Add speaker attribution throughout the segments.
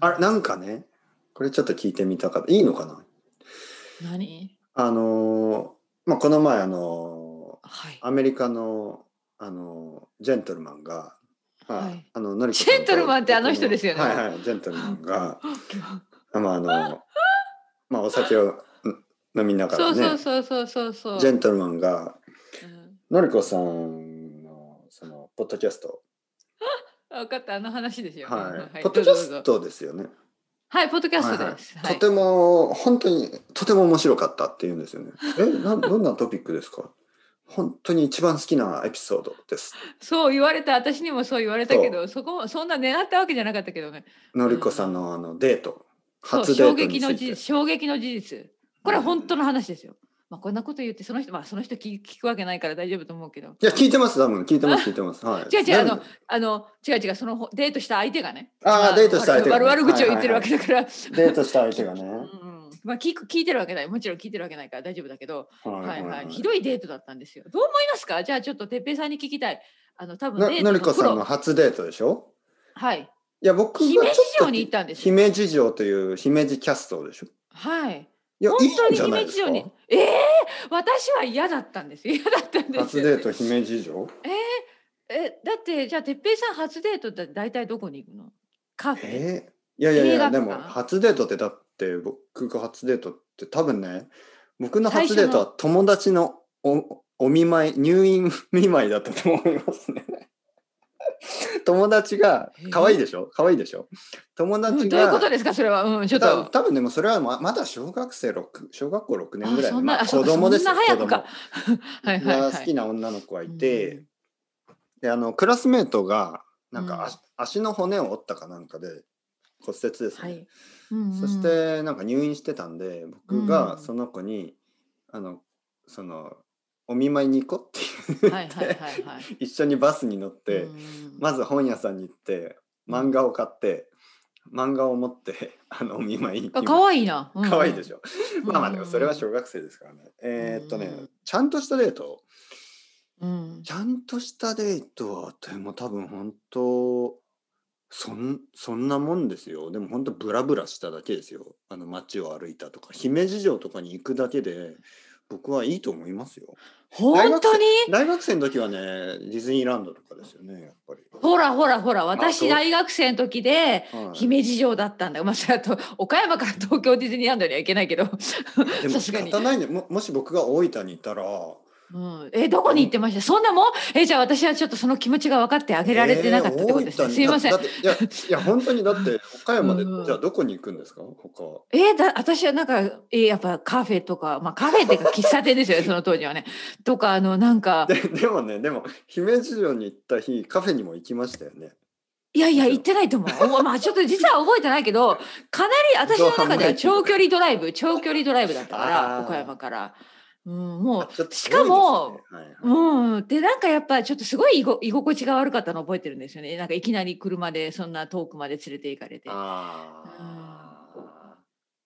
Speaker 1: あれ、なんかね、これちょっと聞いてみたかった。いいのかな
Speaker 2: 何
Speaker 1: あのーまあ、この前、あの
Speaker 2: はい
Speaker 1: ー。アメリカの、あのージェントルマンが、まあ
Speaker 2: はい
Speaker 1: あののりこさん
Speaker 2: ジェントルマンってあの人ですよね
Speaker 1: はいはい、ジェントルマン が、
Speaker 2: そ
Speaker 1: あまあ、あの、まあ、お酒をうん飲みながら
Speaker 2: う
Speaker 1: ね、
Speaker 2: そうそうそうそうそう。
Speaker 1: ジェントルマンが、
Speaker 2: うん
Speaker 1: のりこさんの、その、ポッドキャスト、
Speaker 2: あ分かったあの話ですよね。
Speaker 1: はい、
Speaker 2: はい
Speaker 1: ポッドキャ
Speaker 2: ど
Speaker 1: ス
Speaker 2: うぞどうぞ
Speaker 1: トですよね。
Speaker 2: はいポッドキャストです。
Speaker 1: はいは、
Speaker 2: はいい
Speaker 1: とても本当にとても面白かったって言うんですよね。えなどん なトピックですか本当に一番好きなエピソードです。
Speaker 2: そう言われた私にもそう言われたけどそこもそんな狙ったわけじゃなかったけどね。
Speaker 1: のりこさんのあのデート
Speaker 2: そう
Speaker 1: 初デ
Speaker 2: 衝
Speaker 1: ートにつ
Speaker 2: 撃の
Speaker 1: い
Speaker 2: 事
Speaker 1: て
Speaker 2: 実。衝撃の事実これは本当の話ですよ。まあこんなこと言ってその人まあその人聞聞くわけないから大丈夫と思うけど。
Speaker 1: いや聞いてます多分聞いてます聞いてます。はい、
Speaker 2: 違う違うあ
Speaker 1: な
Speaker 2: のあの違う違うそのほデートした相手がね。
Speaker 1: あー
Speaker 2: ま
Speaker 1: デートした相手がね
Speaker 2: 悪悪悪口を言ってるわけだから。
Speaker 1: デートした相手がね。
Speaker 2: うんうんまあ聞く聞いてるわけないもちろん聞いてるわけないから大丈夫だけど、はいはいひどいデートだったんですよどう思いますかじゃあちょっと哲平さんに聞きたいあの多分
Speaker 1: な
Speaker 2: デー
Speaker 1: の
Speaker 2: ト
Speaker 1: り
Speaker 2: の
Speaker 1: こ
Speaker 2: プ
Speaker 1: さん
Speaker 2: ロ
Speaker 1: の初デートでしょ
Speaker 2: はい
Speaker 1: いや僕がちょっ
Speaker 2: 姫路
Speaker 1: と
Speaker 2: 城に行ったんですよ
Speaker 1: 姫路城という姫路キャストでしょ
Speaker 2: はい
Speaker 1: いや
Speaker 2: 本
Speaker 1: いい
Speaker 2: 当
Speaker 1: ん
Speaker 2: に
Speaker 1: じゃない
Speaker 2: 姫
Speaker 1: で
Speaker 2: 路
Speaker 1: すか
Speaker 2: 城にええ私は嫌だったんです嫌だったんですよ
Speaker 1: 初デート姫路城
Speaker 2: えだってじゃあ哲平さん初デートって大体どこに行くのカフェ、
Speaker 1: えーいやいやい
Speaker 2: 映画
Speaker 1: や
Speaker 2: 館
Speaker 1: でも初デートってだって僕が初デートって多分ね僕の初デートは友達のおお見舞い入院見舞いだったと思いますね。 友達が
Speaker 2: えー
Speaker 1: 可愛いでしょ可愛いでしょ友
Speaker 2: う
Speaker 1: 達が
Speaker 2: んどういうことですかそれはうんちょっ
Speaker 1: 多分
Speaker 2: と
Speaker 1: 多分でもそれはままだ小学生六小学校6年ぐらい
Speaker 2: あそんな
Speaker 1: まあ、
Speaker 2: あそ
Speaker 1: 子
Speaker 2: うか
Speaker 1: 供ですよ
Speaker 2: そんな
Speaker 1: 子
Speaker 2: 早
Speaker 1: 供
Speaker 2: くかはいはいは
Speaker 1: が
Speaker 2: い
Speaker 1: 好きな女の子がいて、
Speaker 2: うん
Speaker 1: であのクラスメートがなん
Speaker 2: うん
Speaker 1: か足,、足の骨を折ったかなんかで骨折ですね、
Speaker 2: はい、うんうん
Speaker 1: そしてなんか入院してたんで僕
Speaker 2: う
Speaker 1: が
Speaker 2: ん
Speaker 1: その子に、あのそのお見舞いに行こうって言って、
Speaker 2: はいはいはいはい
Speaker 1: 一緒にバスに乗って、
Speaker 2: うん
Speaker 1: まず本屋さんに行って漫画を買って漫画を持って あのお見舞いに行
Speaker 2: あ
Speaker 1: き
Speaker 2: 可愛いな。うんうん
Speaker 1: 可愛いでしょ、
Speaker 2: うん
Speaker 1: まあまあでもそれは小学生ですからね、えーっとね
Speaker 2: うん
Speaker 1: ちゃんとしたデート
Speaker 2: うん
Speaker 1: ちゃんとしたデートはでも多分本当そんそんなもんですよでも本当ブラブラしただけですよあの街を歩いたとか姫路城とかに行くだけで僕はいいと思いますよ
Speaker 2: 本当に
Speaker 1: 大学生の時はねディズニーランドとかですよねやっぱり、
Speaker 2: ほらほらほら
Speaker 1: そ
Speaker 2: 私
Speaker 1: う
Speaker 2: 大学生の時で
Speaker 1: はい
Speaker 2: 姫路城だったんだよ、まあそれはと岡山から東京ディズニーランドには行けないけど
Speaker 1: でも
Speaker 2: さす
Speaker 1: 仕
Speaker 2: がに
Speaker 1: 方、ないんでももし僕が大分にいたら
Speaker 2: うん、えどこに行ってましたそんなもんえじゃあ私はちょっとその気持ちが分かってあげられてなかったってことですね、
Speaker 1: えー大分に
Speaker 2: すいません
Speaker 1: だだっていやいや本当にだ って岡山で
Speaker 2: うんうん
Speaker 1: じゃあどこに行くんですか他は
Speaker 2: えだ私はなんか、えやっぱカフェとか、まあ、カフェっていうか喫茶店 ですよねその当時はねとかあのなんか
Speaker 1: で でもねでも姫路城に行った日カフェにも行きましたよね。
Speaker 2: いやいや、行ってないと思 う。おまあ、ちょっと実は覚えてないけど、かなり私の中では長距離ドライブ、長距離ドライブだったか
Speaker 1: あー
Speaker 2: ら、岡山から。うん、も
Speaker 1: あちょっ
Speaker 2: う、
Speaker 1: と
Speaker 2: しかも、
Speaker 1: 遠いですね、はいはい
Speaker 2: うん、で、なんかやっぱちょっとすごい居ご居心地が悪かったの覚えてるんですよね。なんかいきなり車でそんな遠くまで連れて行かれて。
Speaker 1: あ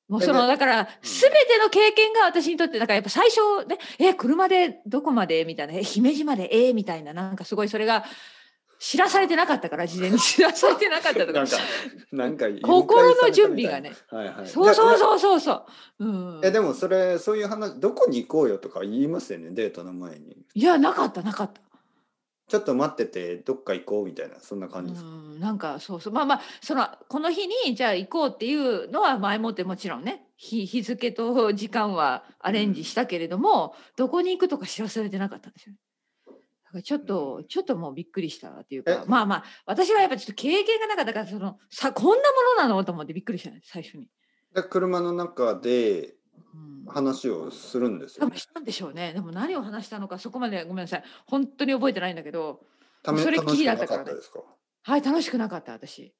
Speaker 2: もう
Speaker 1: え
Speaker 2: その、
Speaker 1: で
Speaker 2: だから、すべての経験が私にとって、だからやっぱ最初ね、え、車でどこまでみたいな、え、姫路までえーみたいな、なんかすごいそれが、知らされてなかっ たから、事前に知らされてなかった
Speaker 1: ー
Speaker 2: と
Speaker 1: なん。
Speaker 2: か
Speaker 1: かなんか誘拐
Speaker 2: 心
Speaker 1: さ
Speaker 2: の
Speaker 1: れた
Speaker 2: 準
Speaker 1: み
Speaker 2: 備
Speaker 1: た
Speaker 2: が
Speaker 1: いな。
Speaker 2: ね。
Speaker 1: はいはい。
Speaker 2: そうそう
Speaker 1: う。
Speaker 2: そうそうそう。うん。
Speaker 1: えでもそれそういう話どこに行こうよとか言いますよねデートの前に
Speaker 2: いやなかったなかった。
Speaker 1: ちょっと待っててどっか行こうみたいなそんな
Speaker 2: う
Speaker 1: 感じですか、
Speaker 2: んなんかそうそうまあまあそのこの日にじゃあ行こうっていうのは前もってもちろんね日日付と時間はアレンジしたけれども、どこに行くとか知らされてなかったんですよ。だからちょっと、ちょっともうびっくりしたっていうか
Speaker 1: え
Speaker 2: まあまあ私はやっぱちょっと経験がなかったからそのさこんなものなのと思ってびっくりしたね最初に。
Speaker 1: で車の中で
Speaker 2: うん
Speaker 1: 話をするんです
Speaker 2: 多
Speaker 1: よ、
Speaker 2: 分したんでしょうね。でも何を話したのかそこまでごめんなさい本当に覚えてないんだけど。
Speaker 1: ため
Speaker 2: それっ
Speaker 1: 楽
Speaker 2: き
Speaker 1: し
Speaker 2: り
Speaker 1: く
Speaker 2: だ
Speaker 1: な
Speaker 2: っ
Speaker 1: か
Speaker 2: たから
Speaker 1: っ
Speaker 2: ね
Speaker 1: たですか
Speaker 2: はい、楽しくなかった、私。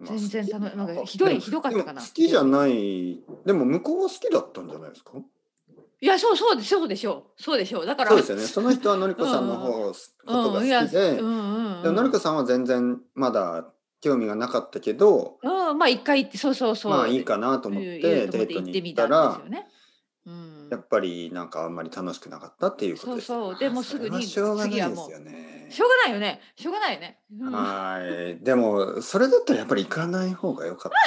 Speaker 2: 全然
Speaker 1: まあ
Speaker 2: 楽なんか
Speaker 1: あ
Speaker 2: ひどい
Speaker 1: でも
Speaker 2: ひどかったかな
Speaker 1: でも好きじゃないでも向こうは好きだったんじゃないですか
Speaker 2: いや、そう、そうで、そうでしょう。そうでしょう。だから。
Speaker 1: そうですよねその人はのりこさんの方が
Speaker 2: う
Speaker 1: ことが
Speaker 2: うん、いや、
Speaker 1: 好
Speaker 2: う
Speaker 1: きで、
Speaker 2: ん、うん、
Speaker 1: で
Speaker 2: う
Speaker 1: ものり
Speaker 2: ん
Speaker 1: こ。さんは全然まだ興味がなかったけど
Speaker 2: うん、まあ、一回行って、そうそうそう。
Speaker 1: まあいいかなと
Speaker 2: と
Speaker 1: 思って
Speaker 2: い
Speaker 1: デ
Speaker 2: うと思っ
Speaker 1: ー
Speaker 2: て
Speaker 1: ト
Speaker 2: 行って
Speaker 1: に行
Speaker 2: み
Speaker 1: ったた
Speaker 2: んです
Speaker 1: ら
Speaker 2: よね。うん
Speaker 1: や。っぱりなんかあんまり楽しくなかったっていうことですね
Speaker 2: そうそうでも
Speaker 1: あー
Speaker 2: すぐに
Speaker 1: それはしょうがないですよね
Speaker 2: 次しょうがないよねしょうがないよね、うん、
Speaker 1: はい。でも、それだったらやっぱり行かない方が良かった。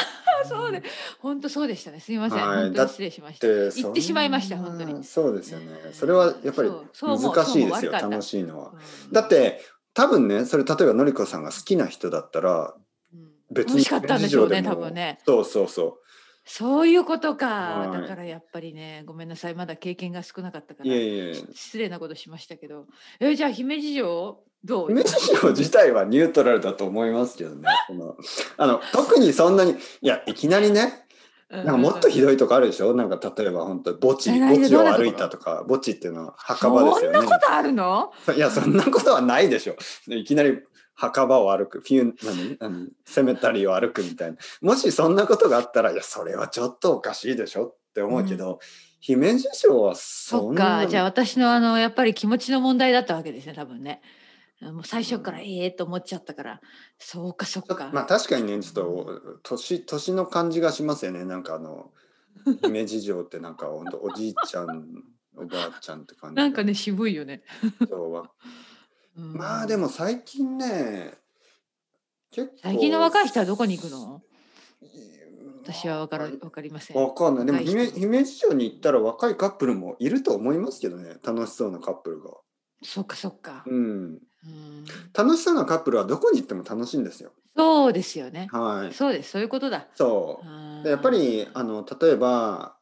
Speaker 2: そうで本当そうでしたねすみません、
Speaker 1: はい
Speaker 2: 本当に失礼しました
Speaker 1: で
Speaker 2: 行ってしまいました本当。
Speaker 1: そんな
Speaker 2: に
Speaker 1: そうですよね。それはやっぱり
Speaker 2: そうそう思う
Speaker 1: 難しいで
Speaker 2: そう
Speaker 1: す
Speaker 2: 思
Speaker 1: よ、
Speaker 2: う悪かった
Speaker 1: 楽しいのは。
Speaker 2: うん
Speaker 1: だって、多分ね、それ例えばのりこさんが好きな人だったら、
Speaker 2: うん
Speaker 1: 別
Speaker 2: 美味
Speaker 1: に
Speaker 2: しかったんでしょうね
Speaker 1: 姫路
Speaker 2: 多
Speaker 1: 城でも
Speaker 2: 分ね
Speaker 1: そうそうそ
Speaker 2: そういうことか
Speaker 1: はい
Speaker 2: だからやっぱりねごめんなさいまだ経験が少なかったか
Speaker 1: う。
Speaker 2: ら
Speaker 1: いえいえ。
Speaker 2: 失礼なことしましたけどえじゃあ姫路城どう
Speaker 1: 姫路城自体はニュートラルだと思いますけど ね。そのあの特にそんなに、いや、いきなりね、
Speaker 2: な
Speaker 1: なんかもっとひどいとこあるでしょなんか例えば本当に墓地、
Speaker 2: え
Speaker 1: 墓地を
Speaker 2: どんなとこ
Speaker 1: 歩いたとか、墓地っていうのは墓場ですよね。
Speaker 2: そんなことあるの
Speaker 1: いや、そんなことはないでしょ。いきなり墓場を歩く、フィュ何何セメタリーを歩くみたいな。もしそんなことがあったら、いや、それはちょっとおかしいでしょって思うけど、姫路城は
Speaker 2: そ
Speaker 1: そ
Speaker 2: っ
Speaker 1: んな
Speaker 2: かじゃあ私のあのやっぱり気持ちの問題だったわけですね多分ねもう最初から
Speaker 1: うん
Speaker 2: ええと思っちゃったから、そうかそう
Speaker 1: ちょっ
Speaker 2: か、
Speaker 1: とまあ確かにねちょっと年年の感じがしますよねなんかあの姫路城ってなんかほんとおじいちゃんおばあちゃんって感じ
Speaker 2: なんかね渋いよね、
Speaker 1: そうわ
Speaker 2: うん
Speaker 1: まあでも最近ね結構
Speaker 2: 最近の若い人はどこに行くの
Speaker 1: うん
Speaker 2: 私はわから
Speaker 1: わ
Speaker 2: わかりません
Speaker 1: わかんないでも
Speaker 2: 若い
Speaker 1: 姫
Speaker 2: 人
Speaker 1: 姫路城に行ったら若いカップルもいると思いますけどね楽しそうなカップルが
Speaker 2: そっかそっか、
Speaker 1: うん
Speaker 2: うん
Speaker 1: 楽しそうなカップルはどこに行っても楽しいんですよ
Speaker 2: そうですよね
Speaker 1: はい
Speaker 2: そうですそういうことだ
Speaker 1: そう
Speaker 2: あー
Speaker 1: でやっぱりあの例えば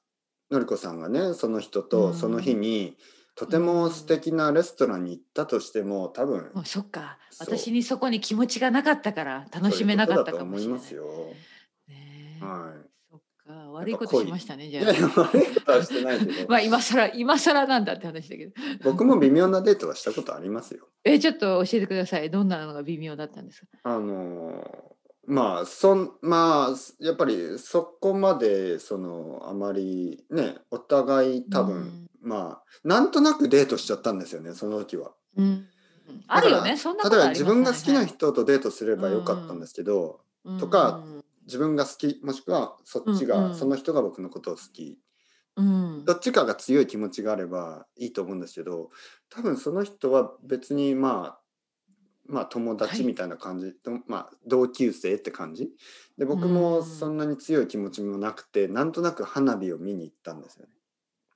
Speaker 1: のりこさんがねその人
Speaker 2: う
Speaker 1: と
Speaker 2: ん
Speaker 1: その日に、とても素敵なレストランに行ったとしても多分
Speaker 2: もうそっか
Speaker 1: そう
Speaker 2: 私にそこに気持ちがなかったから楽しめなかったかもしれない
Speaker 1: そういうことだと思い
Speaker 2: ねえ
Speaker 1: ますよ。は
Speaker 2: そっか悪いことしましたね
Speaker 1: い。
Speaker 2: じ
Speaker 1: い
Speaker 2: ゃ
Speaker 1: やいや
Speaker 2: あ
Speaker 1: 悪いことはしてないけど、
Speaker 2: まあ今更今更なんだって話だけど
Speaker 1: 僕も微妙なデートはしたことありますよ。
Speaker 2: えちょっと教えてくださいどんなのが微妙だったんですか
Speaker 1: あのまあそんまあやっぱりそこまでそのあまりねお互い多分、
Speaker 2: うん
Speaker 1: まあなんとなくデートしちゃったんですよねその時は。
Speaker 2: うんあるよね
Speaker 1: だから
Speaker 2: そんなこ
Speaker 1: 例
Speaker 2: と
Speaker 1: え
Speaker 2: あ
Speaker 1: ば
Speaker 2: りま
Speaker 1: 自
Speaker 2: す
Speaker 1: 分
Speaker 2: ね
Speaker 1: が好きな人とデートすればよかったんですけど、とか自分が好きもしくはそっちが、
Speaker 2: うんうん
Speaker 1: その人が僕のことを好き
Speaker 2: うん
Speaker 1: どっちかが強い気持ちがあればいいと思うんですけど多分その人は別にまあまあ友達みたいな感じ、とまあ同級生って感じで僕
Speaker 2: う
Speaker 1: も
Speaker 2: ん
Speaker 1: そんなに強い気持ちもなくてなんとなく花火を見に行ったんですよね。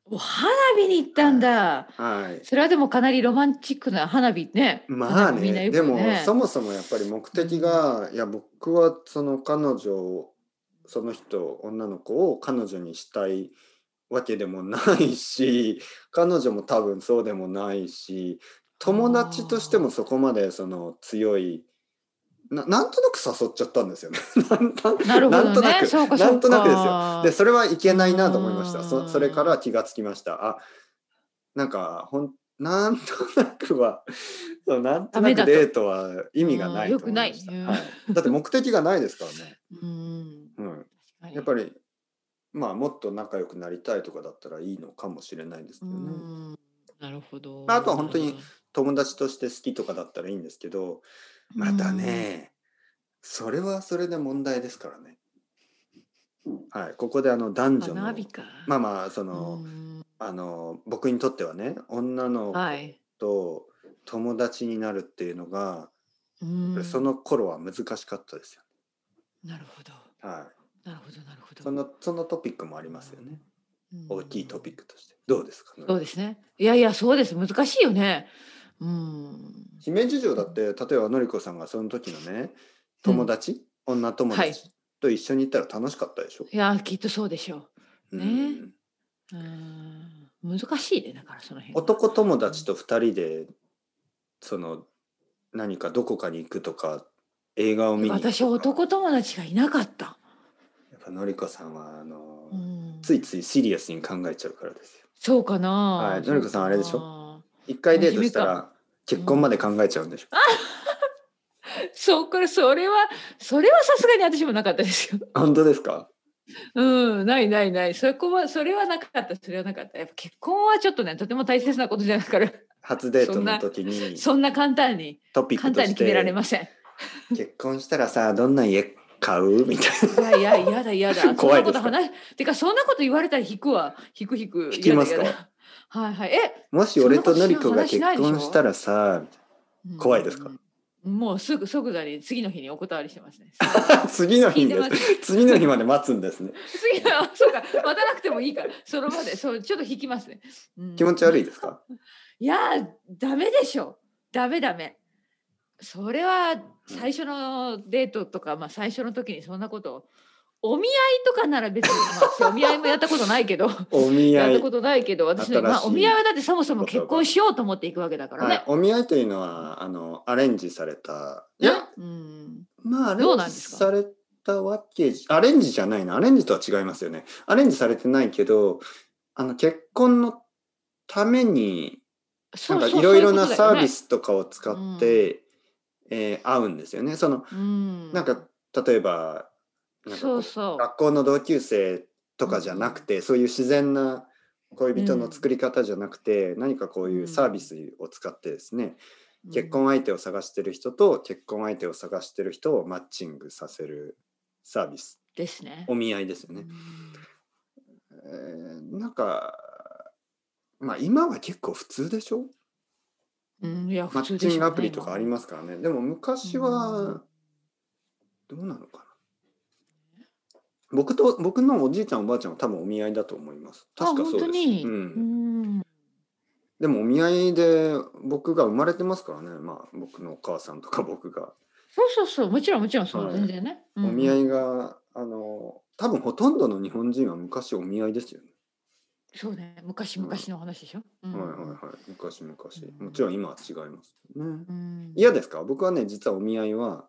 Speaker 2: お花火に行ったんだ
Speaker 1: はい
Speaker 2: それはでもかなりロマンチックな花火ね
Speaker 1: まあ
Speaker 2: 花火みんな
Speaker 1: ね
Speaker 2: よ
Speaker 1: で
Speaker 2: く
Speaker 1: も
Speaker 2: ね
Speaker 1: そもそもやっぱり目的が、いや僕はその彼女をその人女の子を彼女にしたいわけでもないし彼女も多分そうでもないし友達としてもそこまでその強いななんとなく誘っちゃったんですよね。 なんなん
Speaker 2: なるほど
Speaker 1: なんとな
Speaker 2: ね
Speaker 1: く
Speaker 2: そうか
Speaker 1: なんとなくですよで
Speaker 2: よ
Speaker 1: それはいけないなと思いました
Speaker 2: う
Speaker 1: そ
Speaker 2: ん
Speaker 1: それから気がつきましたあなんかほんなんとなくは そうなんと
Speaker 2: ダ
Speaker 1: な
Speaker 2: メ
Speaker 1: く
Speaker 2: だと
Speaker 1: デートは意味がない
Speaker 2: うん
Speaker 1: と思いました
Speaker 2: 良くないうん
Speaker 1: はい、だって目的がないですから ね、
Speaker 2: うん
Speaker 1: うん、
Speaker 2: 確
Speaker 1: やっ
Speaker 2: か
Speaker 1: ぱりまあもっと仲良くなりたいとかだったらいいのかもしれないんですけ
Speaker 2: に
Speaker 1: どね、
Speaker 2: うんなるほど
Speaker 1: まああとは本当に友達として好きとかだったらいいんですけどまたね、それはそれで問題ですからねはいここであの男
Speaker 2: うん
Speaker 1: 女
Speaker 2: 花
Speaker 1: の
Speaker 2: 火か
Speaker 1: まあまあその、
Speaker 2: うん
Speaker 1: あの僕にとってはね女の子
Speaker 2: はい
Speaker 1: と友達になるっていうのが、
Speaker 2: うん
Speaker 1: その頃は難しかったですよ、
Speaker 2: なるほど
Speaker 1: は
Speaker 2: なるほどなるほ
Speaker 1: い、
Speaker 2: ど
Speaker 1: そのそのトピックもありますよね、
Speaker 2: うん
Speaker 1: 大きいトピックとしてどうですか、
Speaker 2: そうですねいやいやそうです難しいよねうん
Speaker 1: 姫路城だって例えばのりこさんがその時のね友達、女友
Speaker 2: はい
Speaker 1: 達と一緒に行ったら楽しかったでしょ、
Speaker 2: いやきっとそうでしょ
Speaker 1: う
Speaker 2: ね
Speaker 1: ん
Speaker 2: ううん難しいねだからその辺は
Speaker 1: 男友達と2人でその何かどこかに行くとか映画を見に行くとか
Speaker 2: 私男友達がいなかった、
Speaker 1: やっぱのりこさんはあの、
Speaker 2: うん、
Speaker 1: ついついシリアスに考えちゃうからですよ。
Speaker 2: そうかな
Speaker 1: はいのりこさんあれでし
Speaker 2: ょ
Speaker 1: 一回デートした
Speaker 2: 真
Speaker 1: ら結婚まで考えちゃうんでしょ。
Speaker 2: そうこれそれはそれはさすがに私もなかったですよ
Speaker 1: 本当ですか？
Speaker 2: うん、ないないない。そこは、それはなかった、それはなかった。やっぱ結婚はちょっとね、とても大切なことじゃないから、
Speaker 1: 初デートの時に
Speaker 2: そんな簡単に、
Speaker 1: トピック
Speaker 2: 簡
Speaker 1: と
Speaker 2: 単に
Speaker 1: し
Speaker 2: 決められ
Speaker 1: て
Speaker 2: ません。
Speaker 1: 結婚したらさどんな家買うみたい
Speaker 2: いやいや、いやだ、いや だ。
Speaker 1: 怖い
Speaker 2: そ
Speaker 1: で
Speaker 2: ん
Speaker 1: す
Speaker 2: な
Speaker 1: か
Speaker 2: こと話、てか、そんなこと言われたら引くわ。引く引く。
Speaker 1: 引きますか
Speaker 2: 嫌だ嫌だはいはい。え、
Speaker 1: な。もし俺とのりこが結婚したらさ
Speaker 2: うん
Speaker 1: 怖いですか
Speaker 2: もうすぐ即座に次の日にお断りしてますね。
Speaker 1: 次の
Speaker 2: 聞
Speaker 1: 日
Speaker 2: いて
Speaker 1: で
Speaker 2: ます
Speaker 1: す。次の日まで待つんですね。
Speaker 2: 次はそうか待たなくてもいいからその場でそうちょっと引きますね、うん
Speaker 1: 気持ち悪いですか
Speaker 2: いやーダメでしょダメダメそれは最初のデートとか、まあ、最初の時にそんなことお見合いとかなら別に、まあ私、お見合いもやったことないけど
Speaker 1: お見
Speaker 2: や
Speaker 1: 合
Speaker 2: っ
Speaker 1: い
Speaker 2: たことないけど私ね、
Speaker 1: 新しい
Speaker 2: まあ、お見合いはだってそもそも結婚しようと思っていくわけだから
Speaker 1: はい
Speaker 2: ね。、
Speaker 1: お見合いというのはあのアレンジされたいや
Speaker 2: うん、
Speaker 1: まあアレ
Speaker 2: どう
Speaker 1: ン
Speaker 2: なん
Speaker 1: ジ
Speaker 2: ですか
Speaker 1: されたわけじアレンジじゃないなアレンジとは違いますよねアレンジされてないけどあの結婚のために
Speaker 2: そ
Speaker 1: なん
Speaker 2: う
Speaker 1: か
Speaker 2: そう
Speaker 1: いろいろな
Speaker 2: そううことだ
Speaker 1: サ
Speaker 2: よ
Speaker 1: ー
Speaker 2: ね
Speaker 1: ビスとかを使って、えー会うんですよねその
Speaker 2: うん
Speaker 1: なんか例えばなんかこ
Speaker 2: そううそう
Speaker 1: 学校の同級生とかじゃなくて、そういう自然な恋人の作り方じゃなくて、何かこういうサービスを使ってですね、結婚相手を探してる人と結婚相手を探してる人をマッチングさせるサービス
Speaker 2: ですね。
Speaker 1: お見合いですよね
Speaker 2: う、ん
Speaker 1: えーなんかまあ今は結構普通でしょ
Speaker 2: うん、いや
Speaker 1: マ
Speaker 2: 普
Speaker 1: ッ
Speaker 2: 通
Speaker 1: チ
Speaker 2: でしょうね
Speaker 1: ングアプリとかあり
Speaker 2: 今
Speaker 1: ますからねでも昔
Speaker 2: うん
Speaker 1: はどうなのかな僕と僕のおじいちゃんおばあちゃんは多分お見合いだと思います確か
Speaker 2: あ
Speaker 1: そうで
Speaker 2: 本
Speaker 1: す
Speaker 2: 当に、
Speaker 1: うん、
Speaker 2: うん
Speaker 1: でもお見合いで僕が生まれてますからねまあ僕のお母さんとか僕が
Speaker 2: そうそうそうもちろんもちろんそう、
Speaker 1: はい
Speaker 2: 全然ね。
Speaker 1: お見合
Speaker 2: い
Speaker 1: いが、あの多分ほとんどの日本人は昔お見合いですよね。
Speaker 2: そうね昔昔の話でしょ。うん
Speaker 1: はいはいはい昔昔
Speaker 2: うん
Speaker 1: もちろん今は違いますけどね。
Speaker 2: うん
Speaker 1: 嫌ですか僕はね実はお見合いは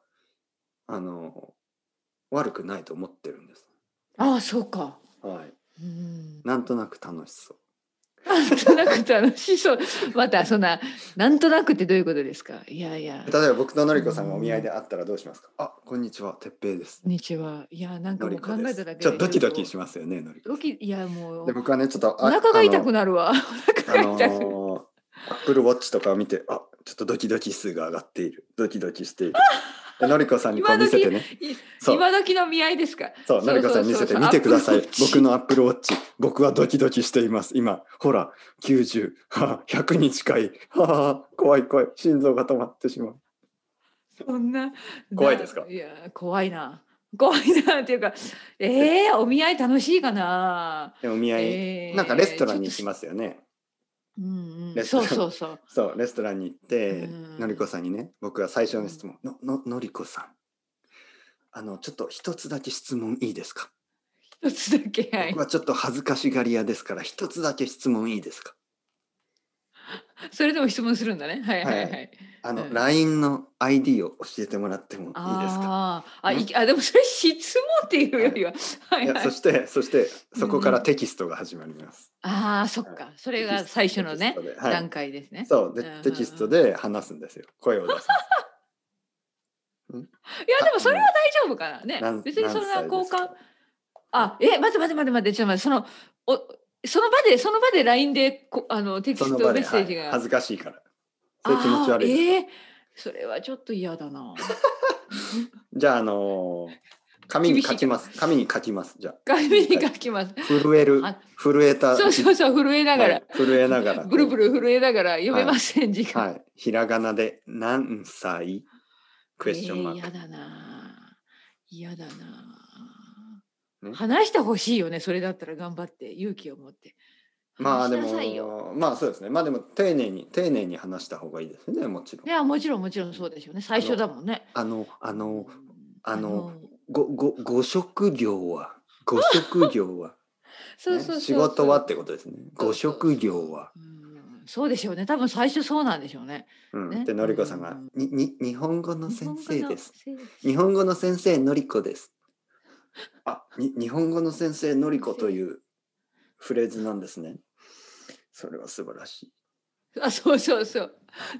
Speaker 1: あの悪くないと思ってるんです。
Speaker 2: ああそうか。
Speaker 1: はい、
Speaker 2: うん、
Speaker 1: なんとなく楽しそう。
Speaker 2: なんとなく楽しそう。またそんななんとなくってどういうことですか。いやいや
Speaker 1: 例え。ば僕とのりこさんがお見合いで会ったらどうしますか、あこんにちは鉄平です。
Speaker 2: こんにちは。いやなんか
Speaker 1: の
Speaker 2: も
Speaker 1: り
Speaker 2: う
Speaker 1: こ
Speaker 2: 考
Speaker 1: で
Speaker 2: え
Speaker 1: す。
Speaker 2: ただけで
Speaker 1: ちょっとドキドキし
Speaker 2: ま
Speaker 1: ますよねのりこ
Speaker 2: ド。キいやも
Speaker 1: で
Speaker 2: う
Speaker 1: 僕はねちょっと
Speaker 2: お腹が痛く
Speaker 1: な
Speaker 2: なるわ。
Speaker 1: あ
Speaker 2: お腹が
Speaker 1: の
Speaker 2: 痛くなる。
Speaker 1: ーアップルウォッチとかを見て、あ、ちょっとドキドキ数が上がっている。ドキドキしている。でのりこさんにこう
Speaker 2: 今
Speaker 1: 見
Speaker 2: 時
Speaker 1: せてね。
Speaker 2: い
Speaker 1: そう、
Speaker 2: 今時の見合いですか。
Speaker 1: そう、のりこさんに見せ
Speaker 2: そうそうそ
Speaker 1: て、見て
Speaker 2: う
Speaker 1: ください
Speaker 2: Apple。Watch
Speaker 1: 僕のアップルウォッチ、僕はドキドキしています。今、ほら、90、はあ100に近い。はあはあ、怖い怖い。心臓が止まってしまう。
Speaker 2: そんな
Speaker 1: 怖いですか
Speaker 2: ないや怖いな怖いなっていうかえー、お見合い楽しいかな、
Speaker 1: でも、お見合い、
Speaker 2: えー
Speaker 1: なんかレストランに行き
Speaker 2: ちょっ
Speaker 1: ますよね。
Speaker 2: とうんう
Speaker 1: レ
Speaker 2: ん、
Speaker 1: スト
Speaker 2: そ
Speaker 1: ラ
Speaker 2: う
Speaker 1: ン
Speaker 2: そうそう
Speaker 1: そう、レストランに行って、
Speaker 2: うん
Speaker 1: のりこさんにね、僕は最初の質問、の、の、のりこさん。あの、ちょっと一つだけ質問いいですか
Speaker 2: 一つだけはい
Speaker 1: 僕はちょっと恥ずかしがり屋ですから一つだけ質問いいですか
Speaker 2: それでも質問するんだねはいはいは
Speaker 1: は
Speaker 2: い、
Speaker 1: あの、
Speaker 2: うん
Speaker 1: LINE の ID を教えてもらってもいいですか
Speaker 2: あーあ
Speaker 1: うん
Speaker 2: いあでもそれ質問っていうよりは、はいい
Speaker 1: や
Speaker 2: はい
Speaker 1: そしてそしてそこからテキストが始まります、
Speaker 2: ああそっかそれが最初のね
Speaker 1: テキストでは
Speaker 2: 段
Speaker 1: い、
Speaker 2: 階ですね
Speaker 1: そう
Speaker 2: うんうんう
Speaker 1: で
Speaker 2: ん
Speaker 1: テキストで話すんですよ声を出す
Speaker 2: いやでもそれは大丈夫かなね
Speaker 1: なん
Speaker 2: 別にそんな
Speaker 1: 何歳
Speaker 2: 交
Speaker 1: ですか
Speaker 2: 換あえ待って待って待って待ってちょっと待ってそのおその場でその場で LINE でこあのテキ
Speaker 1: そ
Speaker 2: ス
Speaker 1: の
Speaker 2: ト
Speaker 1: 場
Speaker 2: メ
Speaker 1: で、
Speaker 2: ッセ
Speaker 1: は
Speaker 2: ージ
Speaker 1: い、
Speaker 2: が、
Speaker 1: 恥ずかしいからそういう気持ち悪いで
Speaker 2: あ
Speaker 1: す、
Speaker 2: ーえーそれはちょっと嫌だな
Speaker 1: じゃああのー紙に書きます紙に書きますじゃ
Speaker 2: 紙に書きます
Speaker 1: あ震える
Speaker 2: あ
Speaker 1: 震えた
Speaker 2: そうそうそう震えながら、
Speaker 1: はい震えながら
Speaker 2: ブルブル震えながら読めません時間、
Speaker 1: はい。ひらがなで何歳クエスチョンマー
Speaker 2: えー
Speaker 1: ク。
Speaker 2: 嫌だな嫌だな
Speaker 1: ね
Speaker 2: 話してほしいよねそれだったら頑張って勇気を持って
Speaker 1: まあで
Speaker 2: 話しなさいよ
Speaker 1: も、まあそうですね。まあでも丁寧に、丁寧に話した方がいいですね、もちろん
Speaker 2: い。やもちろんもちろんそうでしょうね最初だもんね
Speaker 1: あの、あの、あの
Speaker 2: うん
Speaker 1: ご、ご、ご職業は、ご職業は、
Speaker 2: そう
Speaker 1: ね
Speaker 2: そうそうそう
Speaker 1: 仕事はってことですね。ご職業は。
Speaker 2: うんそうでしょうね多分最初そうなんでしょうね
Speaker 1: う
Speaker 2: ね
Speaker 1: ん。で、のりこさんが、に、に、日本語の先生です。日
Speaker 2: 日本語の
Speaker 1: 本語の先生のりこです。あ、に日本語の先生のりこというフレーズなんですね。それは素晴らしい。
Speaker 2: あそうそうそう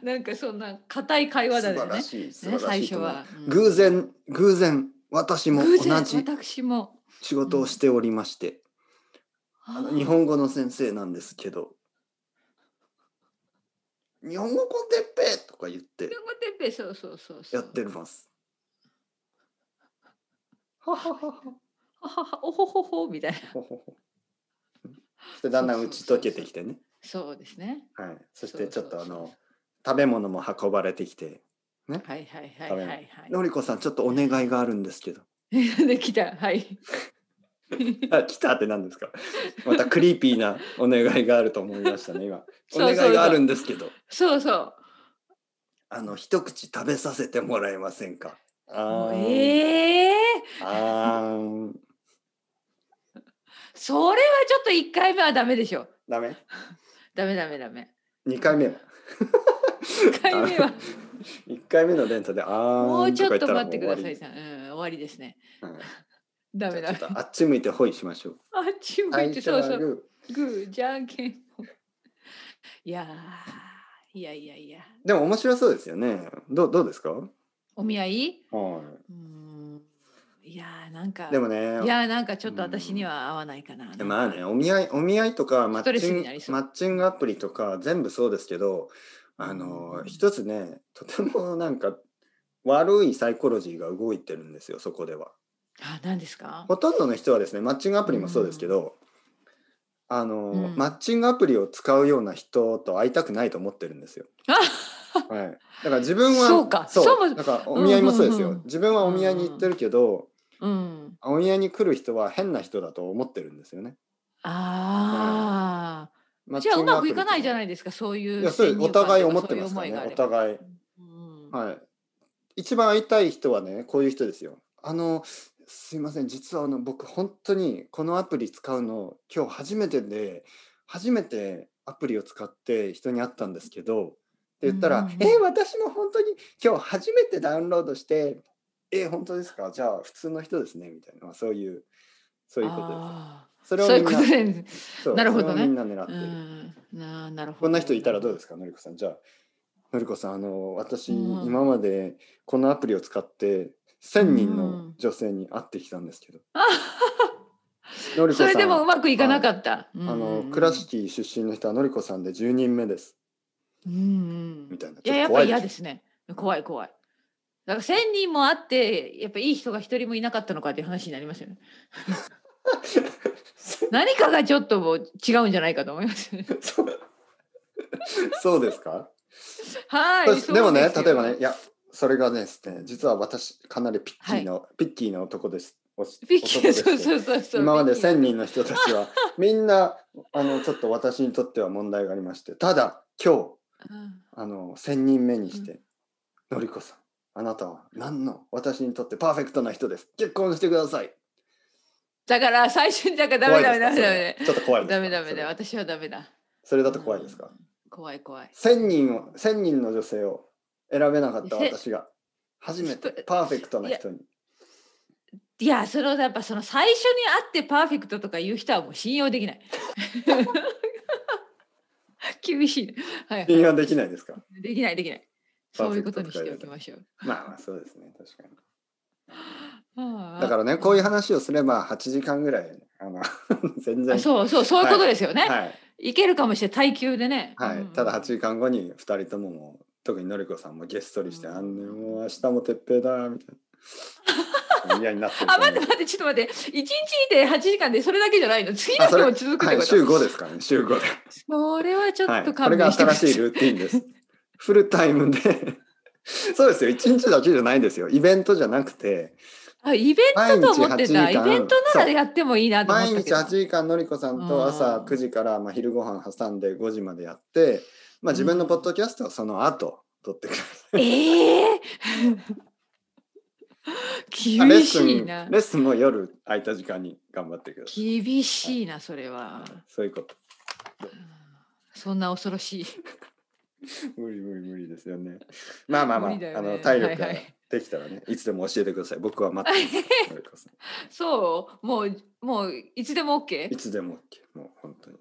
Speaker 2: なんかそんな硬い会話だよ
Speaker 1: 素
Speaker 2: ね
Speaker 1: 晴らしい素
Speaker 2: ね
Speaker 1: 晴ら
Speaker 2: 最
Speaker 1: しい
Speaker 2: 初
Speaker 1: と思う、
Speaker 2: は、うん
Speaker 1: 偶然偶然私も
Speaker 2: 偶然
Speaker 1: 同じ
Speaker 2: 私も
Speaker 1: 仕事をしておりまして、あの日本語の先生なんですけど「日本語コンテッペ!」とか言って
Speaker 2: 日本語てっぺそうそうそうそう
Speaker 1: やってます。
Speaker 2: はははおほほほみたいな
Speaker 1: ほほほそしてだんだん打ち解けてきてね。
Speaker 2: そうですね
Speaker 1: はい。そしてちょっとあ
Speaker 2: そうそう
Speaker 1: の食べ物も運ばれてきて
Speaker 2: はいはいはいはいはい
Speaker 1: 「のりこさんちょっとお願いがあるんですけど」
Speaker 2: できたはい
Speaker 1: あ来たって何ですか またクリーピーなお願いがあると思いましたね今お
Speaker 2: そ
Speaker 1: 願
Speaker 2: うそう
Speaker 1: い
Speaker 2: そう
Speaker 1: があるんですけど
Speaker 2: そうそう
Speaker 1: あの一口食べさせてもらえませんかあーん
Speaker 2: ええ
Speaker 1: あーん
Speaker 2: それはちょっと1回目はダメでしょ
Speaker 1: ダメ
Speaker 2: ダメダメダメ
Speaker 1: 二回目は
Speaker 2: 1回目は
Speaker 1: 一回目の連鎖であーん
Speaker 2: もうちょっ
Speaker 1: か
Speaker 2: と
Speaker 1: 言
Speaker 2: 待ってください
Speaker 1: た
Speaker 2: さうん終わりですね
Speaker 1: らもう終わりです
Speaker 2: ダ
Speaker 1: うん
Speaker 2: メ
Speaker 1: じゃあ
Speaker 2: ダメ
Speaker 1: ちょっ
Speaker 2: あ
Speaker 1: とあっち向いてほいしましょう
Speaker 2: っち向い
Speaker 1: 相
Speaker 2: て
Speaker 1: 手
Speaker 2: そう
Speaker 1: は
Speaker 2: そう
Speaker 1: グ
Speaker 2: グーじゃんけんぽんいやーいやいやいや
Speaker 1: ーでも面白そうですよねどうどうですかは
Speaker 2: お見合い
Speaker 1: いう
Speaker 2: ーんいやーなんか
Speaker 1: でもね
Speaker 2: いやーなんかちょっと私には合わないかななんか
Speaker 1: まあねお見合いお見合いとかマ
Speaker 2: スト
Speaker 1: ッ
Speaker 2: レ
Speaker 1: チ
Speaker 2: ス
Speaker 1: ン
Speaker 2: に
Speaker 1: グ
Speaker 2: なりそう
Speaker 1: マッチングアプリとか全部そうですけどあの
Speaker 2: うん
Speaker 1: 一つねとてもなんか悪いサイコロジーが動いてるんですよそこでは。
Speaker 2: あ何ですか
Speaker 1: ほとんどの人はですねマッチングアプリもそうですけど、あの
Speaker 2: うん
Speaker 1: マッチングアプリを使うような人と会いたくないと思ってるんです よ。
Speaker 2: あ
Speaker 1: はい、だから自分は
Speaker 2: そうかそうも
Speaker 1: だからお見合いもそうですよ、
Speaker 2: うんうんうん
Speaker 1: 自分はお見合いに行ってるけど、
Speaker 2: うん
Speaker 1: お見合いに来る人は変な人だと思ってるんですよね。
Speaker 2: あ
Speaker 1: マ
Speaker 2: あ
Speaker 1: ッ
Speaker 2: じ
Speaker 1: チ
Speaker 2: ゃあ
Speaker 1: ン
Speaker 2: う
Speaker 1: グアプ
Speaker 2: まく
Speaker 1: リ
Speaker 2: いかないじゃ
Speaker 1: ない
Speaker 2: ないですかそういう
Speaker 1: いやそう
Speaker 2: 先入
Speaker 1: お
Speaker 2: 観と
Speaker 1: 互い思って
Speaker 2: そう
Speaker 1: ますから
Speaker 2: いう
Speaker 1: ねお
Speaker 2: 思いがあれば
Speaker 1: 互い。
Speaker 2: うん
Speaker 1: はい、一番会いたい人はねこういう人ですよ。あのすいません実はあの僕本当にこのアプリ使うの今日初めてで初めてアプリを使って人に会ったんですけどって言ったら「
Speaker 2: うんうんうん
Speaker 1: え私も本当に今日初めてダウンロードしてえ本当ですかじゃあ普通の人ですね」みたいなまあそういうそういうことで
Speaker 2: あ
Speaker 1: す。そ
Speaker 2: ーそういう
Speaker 1: み
Speaker 2: こ
Speaker 1: ん
Speaker 2: と
Speaker 1: な
Speaker 2: で
Speaker 1: そう
Speaker 2: なるほどね
Speaker 1: それをみんな狙っ
Speaker 2: う
Speaker 1: てる。
Speaker 2: んななるほど
Speaker 1: こんな人いたらどうですかのりこさんじゃあのりこさんあの私、
Speaker 2: うん
Speaker 1: 今までこのアプリを使って1,000人の女性に会ってきたんですけど、のりこさ
Speaker 2: そ
Speaker 1: ん
Speaker 2: れでもうまくいかなかった。
Speaker 1: あ
Speaker 2: うんう
Speaker 1: の
Speaker 2: んうん
Speaker 1: 倉敷出身の人はのりこさんで10人目です
Speaker 2: うんうん
Speaker 1: みたいない
Speaker 2: や
Speaker 1: ちょ
Speaker 2: や
Speaker 1: っ
Speaker 2: っ
Speaker 1: と
Speaker 2: ぱ
Speaker 1: 怖い
Speaker 2: り嫌ですね。怖い怖い。だから千人もあってやっぱいい人が一人もいなかったのかっていう話になりますよね。何かがちょっともう違うんじゃないかと思い ますね。
Speaker 1: そう そうですか、
Speaker 2: はい。
Speaker 1: そうですでもね
Speaker 2: そうす
Speaker 1: 例え
Speaker 2: よ
Speaker 1: ばねいやそれがですね実は私かなりピッキーの、ピッキーな男ですおし
Speaker 2: ピッキー
Speaker 1: 男
Speaker 2: そ
Speaker 1: し
Speaker 2: う
Speaker 1: て
Speaker 2: そうそうそう。
Speaker 1: 今まで
Speaker 2: ピッキー
Speaker 1: 1,000人の人たち はみんなあのちょっと私にとっては問題がありましてただ今日
Speaker 2: うん
Speaker 1: あの1,000人目にして「のりこさんあなたは何の私にとってパーフェクトな人です結婚してください
Speaker 2: だから最初にだから」ダ
Speaker 1: 怖
Speaker 2: メ
Speaker 1: いで
Speaker 2: ダ
Speaker 1: すかそれ
Speaker 2: メダメダメ。
Speaker 1: ちょっと怖いですか
Speaker 2: ダメダメ
Speaker 1: そ
Speaker 2: だ
Speaker 1: れ
Speaker 2: よ私はダメだ。
Speaker 1: それだと怖いですか
Speaker 2: 怖い怖い。
Speaker 1: 1,000人を1,000人の女性を選べなかった私が初めてパーフェクトな人に
Speaker 2: いやそのやっぱその最初に会ってパーフェクトとか言う人はもう信用できない。 厳しいね。はい、
Speaker 1: 信用できないですか
Speaker 2: できないできない。
Speaker 1: パー
Speaker 2: そう
Speaker 1: フェ
Speaker 2: いう
Speaker 1: ク
Speaker 2: こ
Speaker 1: ト
Speaker 2: と
Speaker 1: と
Speaker 2: に
Speaker 1: か
Speaker 2: し
Speaker 1: 言
Speaker 2: て
Speaker 1: う
Speaker 2: お
Speaker 1: と
Speaker 2: きましょう。
Speaker 1: まあまあそうですね確かにだ
Speaker 2: だ
Speaker 1: からねこういう話をすれば8時間ぐらいあの 全然
Speaker 2: そうそうそういうことですよね。
Speaker 1: はい
Speaker 2: い、けるかもしれない耐久でね。
Speaker 1: は
Speaker 2: うん
Speaker 1: い
Speaker 2: うん、
Speaker 1: ただ8時間後に2人とももう特にのりこさんもゲストにして「
Speaker 2: うん
Speaker 1: あんねもう明日もてっぺいだ」みたい な嫌になってると
Speaker 2: あ
Speaker 1: 思う
Speaker 2: 待って待ってちょっと待って一日いて8時間でそれだけじゃないの次の
Speaker 1: あ
Speaker 2: 日
Speaker 1: それ
Speaker 2: も続くっ
Speaker 1: は
Speaker 2: てこ
Speaker 1: い
Speaker 2: と、
Speaker 1: 週5ですからね週5で、
Speaker 2: それはちょ
Speaker 1: は
Speaker 2: っと
Speaker 1: い、これ
Speaker 2: 勘
Speaker 1: が
Speaker 2: 弁して
Speaker 1: 新
Speaker 2: ください、
Speaker 1: しいルーティンですフルタイムでそうですよ1日だけじゃないですよイベントじゃなくて
Speaker 2: あイベントと思って
Speaker 1: 毎日
Speaker 2: た
Speaker 1: 8時
Speaker 2: イ
Speaker 1: 間
Speaker 2: ベントならやってもいいなと思っ
Speaker 1: 毎
Speaker 2: たけ
Speaker 1: 日
Speaker 2: ど
Speaker 1: 8時間のりこさんと朝
Speaker 2: うん
Speaker 1: 9時から、まあ、昼ご飯挟んで5時までやって、まあ、自分のポッドキャストはその後撮ってください
Speaker 2: ええ
Speaker 1: あレッ
Speaker 2: 厳
Speaker 1: スン
Speaker 2: しいな
Speaker 1: レッスンも夜空いた時間に頑張ってください
Speaker 2: 厳しいなそれは
Speaker 1: そういうこと
Speaker 2: そんな恐ろしい
Speaker 1: 無理無理無理ですよ ねまあまあまあ,、
Speaker 2: 無理だよ
Speaker 1: あの
Speaker 2: ね
Speaker 1: 体力が
Speaker 2: はいはい
Speaker 1: できたらね、いつでも教えてください僕は待 ってますのりこさん
Speaker 2: そうもうもういつでも OK?
Speaker 1: いつでも OK もう本当に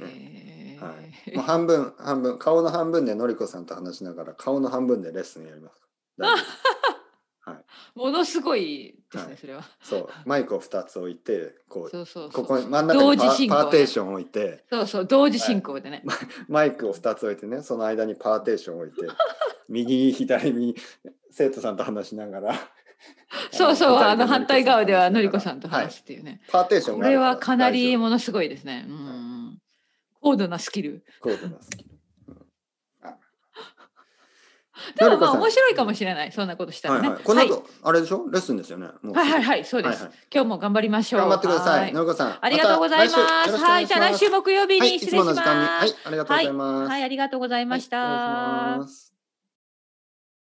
Speaker 2: えー
Speaker 1: はいもう半分半分顔の半分でのりこさんと話しながら顔の半分でレッスンやります大丈夫です
Speaker 2: ものすごいですね、
Speaker 1: はい
Speaker 2: それは。
Speaker 1: そうマイクを2つ置いてこう
Speaker 2: そうそうそ
Speaker 1: こ
Speaker 2: う。
Speaker 1: こに真ん中にパ
Speaker 2: 同時進
Speaker 1: ー
Speaker 2: 行ね
Speaker 1: パーテーション置いて
Speaker 2: そうそう同時進行でね。
Speaker 1: マイクを2つ置いてねその間にパーテーション置いて右左に生徒さんと話しながら
Speaker 2: そうそうあの反対側ではのりこ
Speaker 1: こ
Speaker 2: さんと
Speaker 1: はい
Speaker 2: 話すっていうね。
Speaker 1: パーテーション
Speaker 2: こ
Speaker 1: がある
Speaker 2: れ
Speaker 1: ら
Speaker 2: はかなり
Speaker 1: 大丈
Speaker 2: ものすごいですね。うん。高度なスキル。
Speaker 1: 夫高度なスキルうんあ
Speaker 2: でも
Speaker 1: 成田
Speaker 2: まあ
Speaker 1: さん
Speaker 2: 面白いかもしれないそんなことしたら
Speaker 1: は
Speaker 2: ね
Speaker 1: いはい。この後、あれでしょレッスンですよね。もう
Speaker 2: はいはいはいそうです、
Speaker 1: はいはい
Speaker 2: 今日も頑張りましょう
Speaker 1: 頑張ってくださ。
Speaker 2: はい
Speaker 1: のりこさん。
Speaker 2: ありがとうございます
Speaker 1: た来週よろしくお
Speaker 2: は
Speaker 1: 願
Speaker 2: い
Speaker 1: い
Speaker 2: じ
Speaker 1: し
Speaker 2: ゃあ来週木曜日
Speaker 1: は
Speaker 2: に
Speaker 1: い、い
Speaker 2: 失
Speaker 1: つ
Speaker 2: 礼し
Speaker 1: も
Speaker 2: ま
Speaker 1: の
Speaker 2: す
Speaker 1: 時間に。はい、ありがとうございます。
Speaker 2: はい、ありがとうございました。
Speaker 1: はい失礼します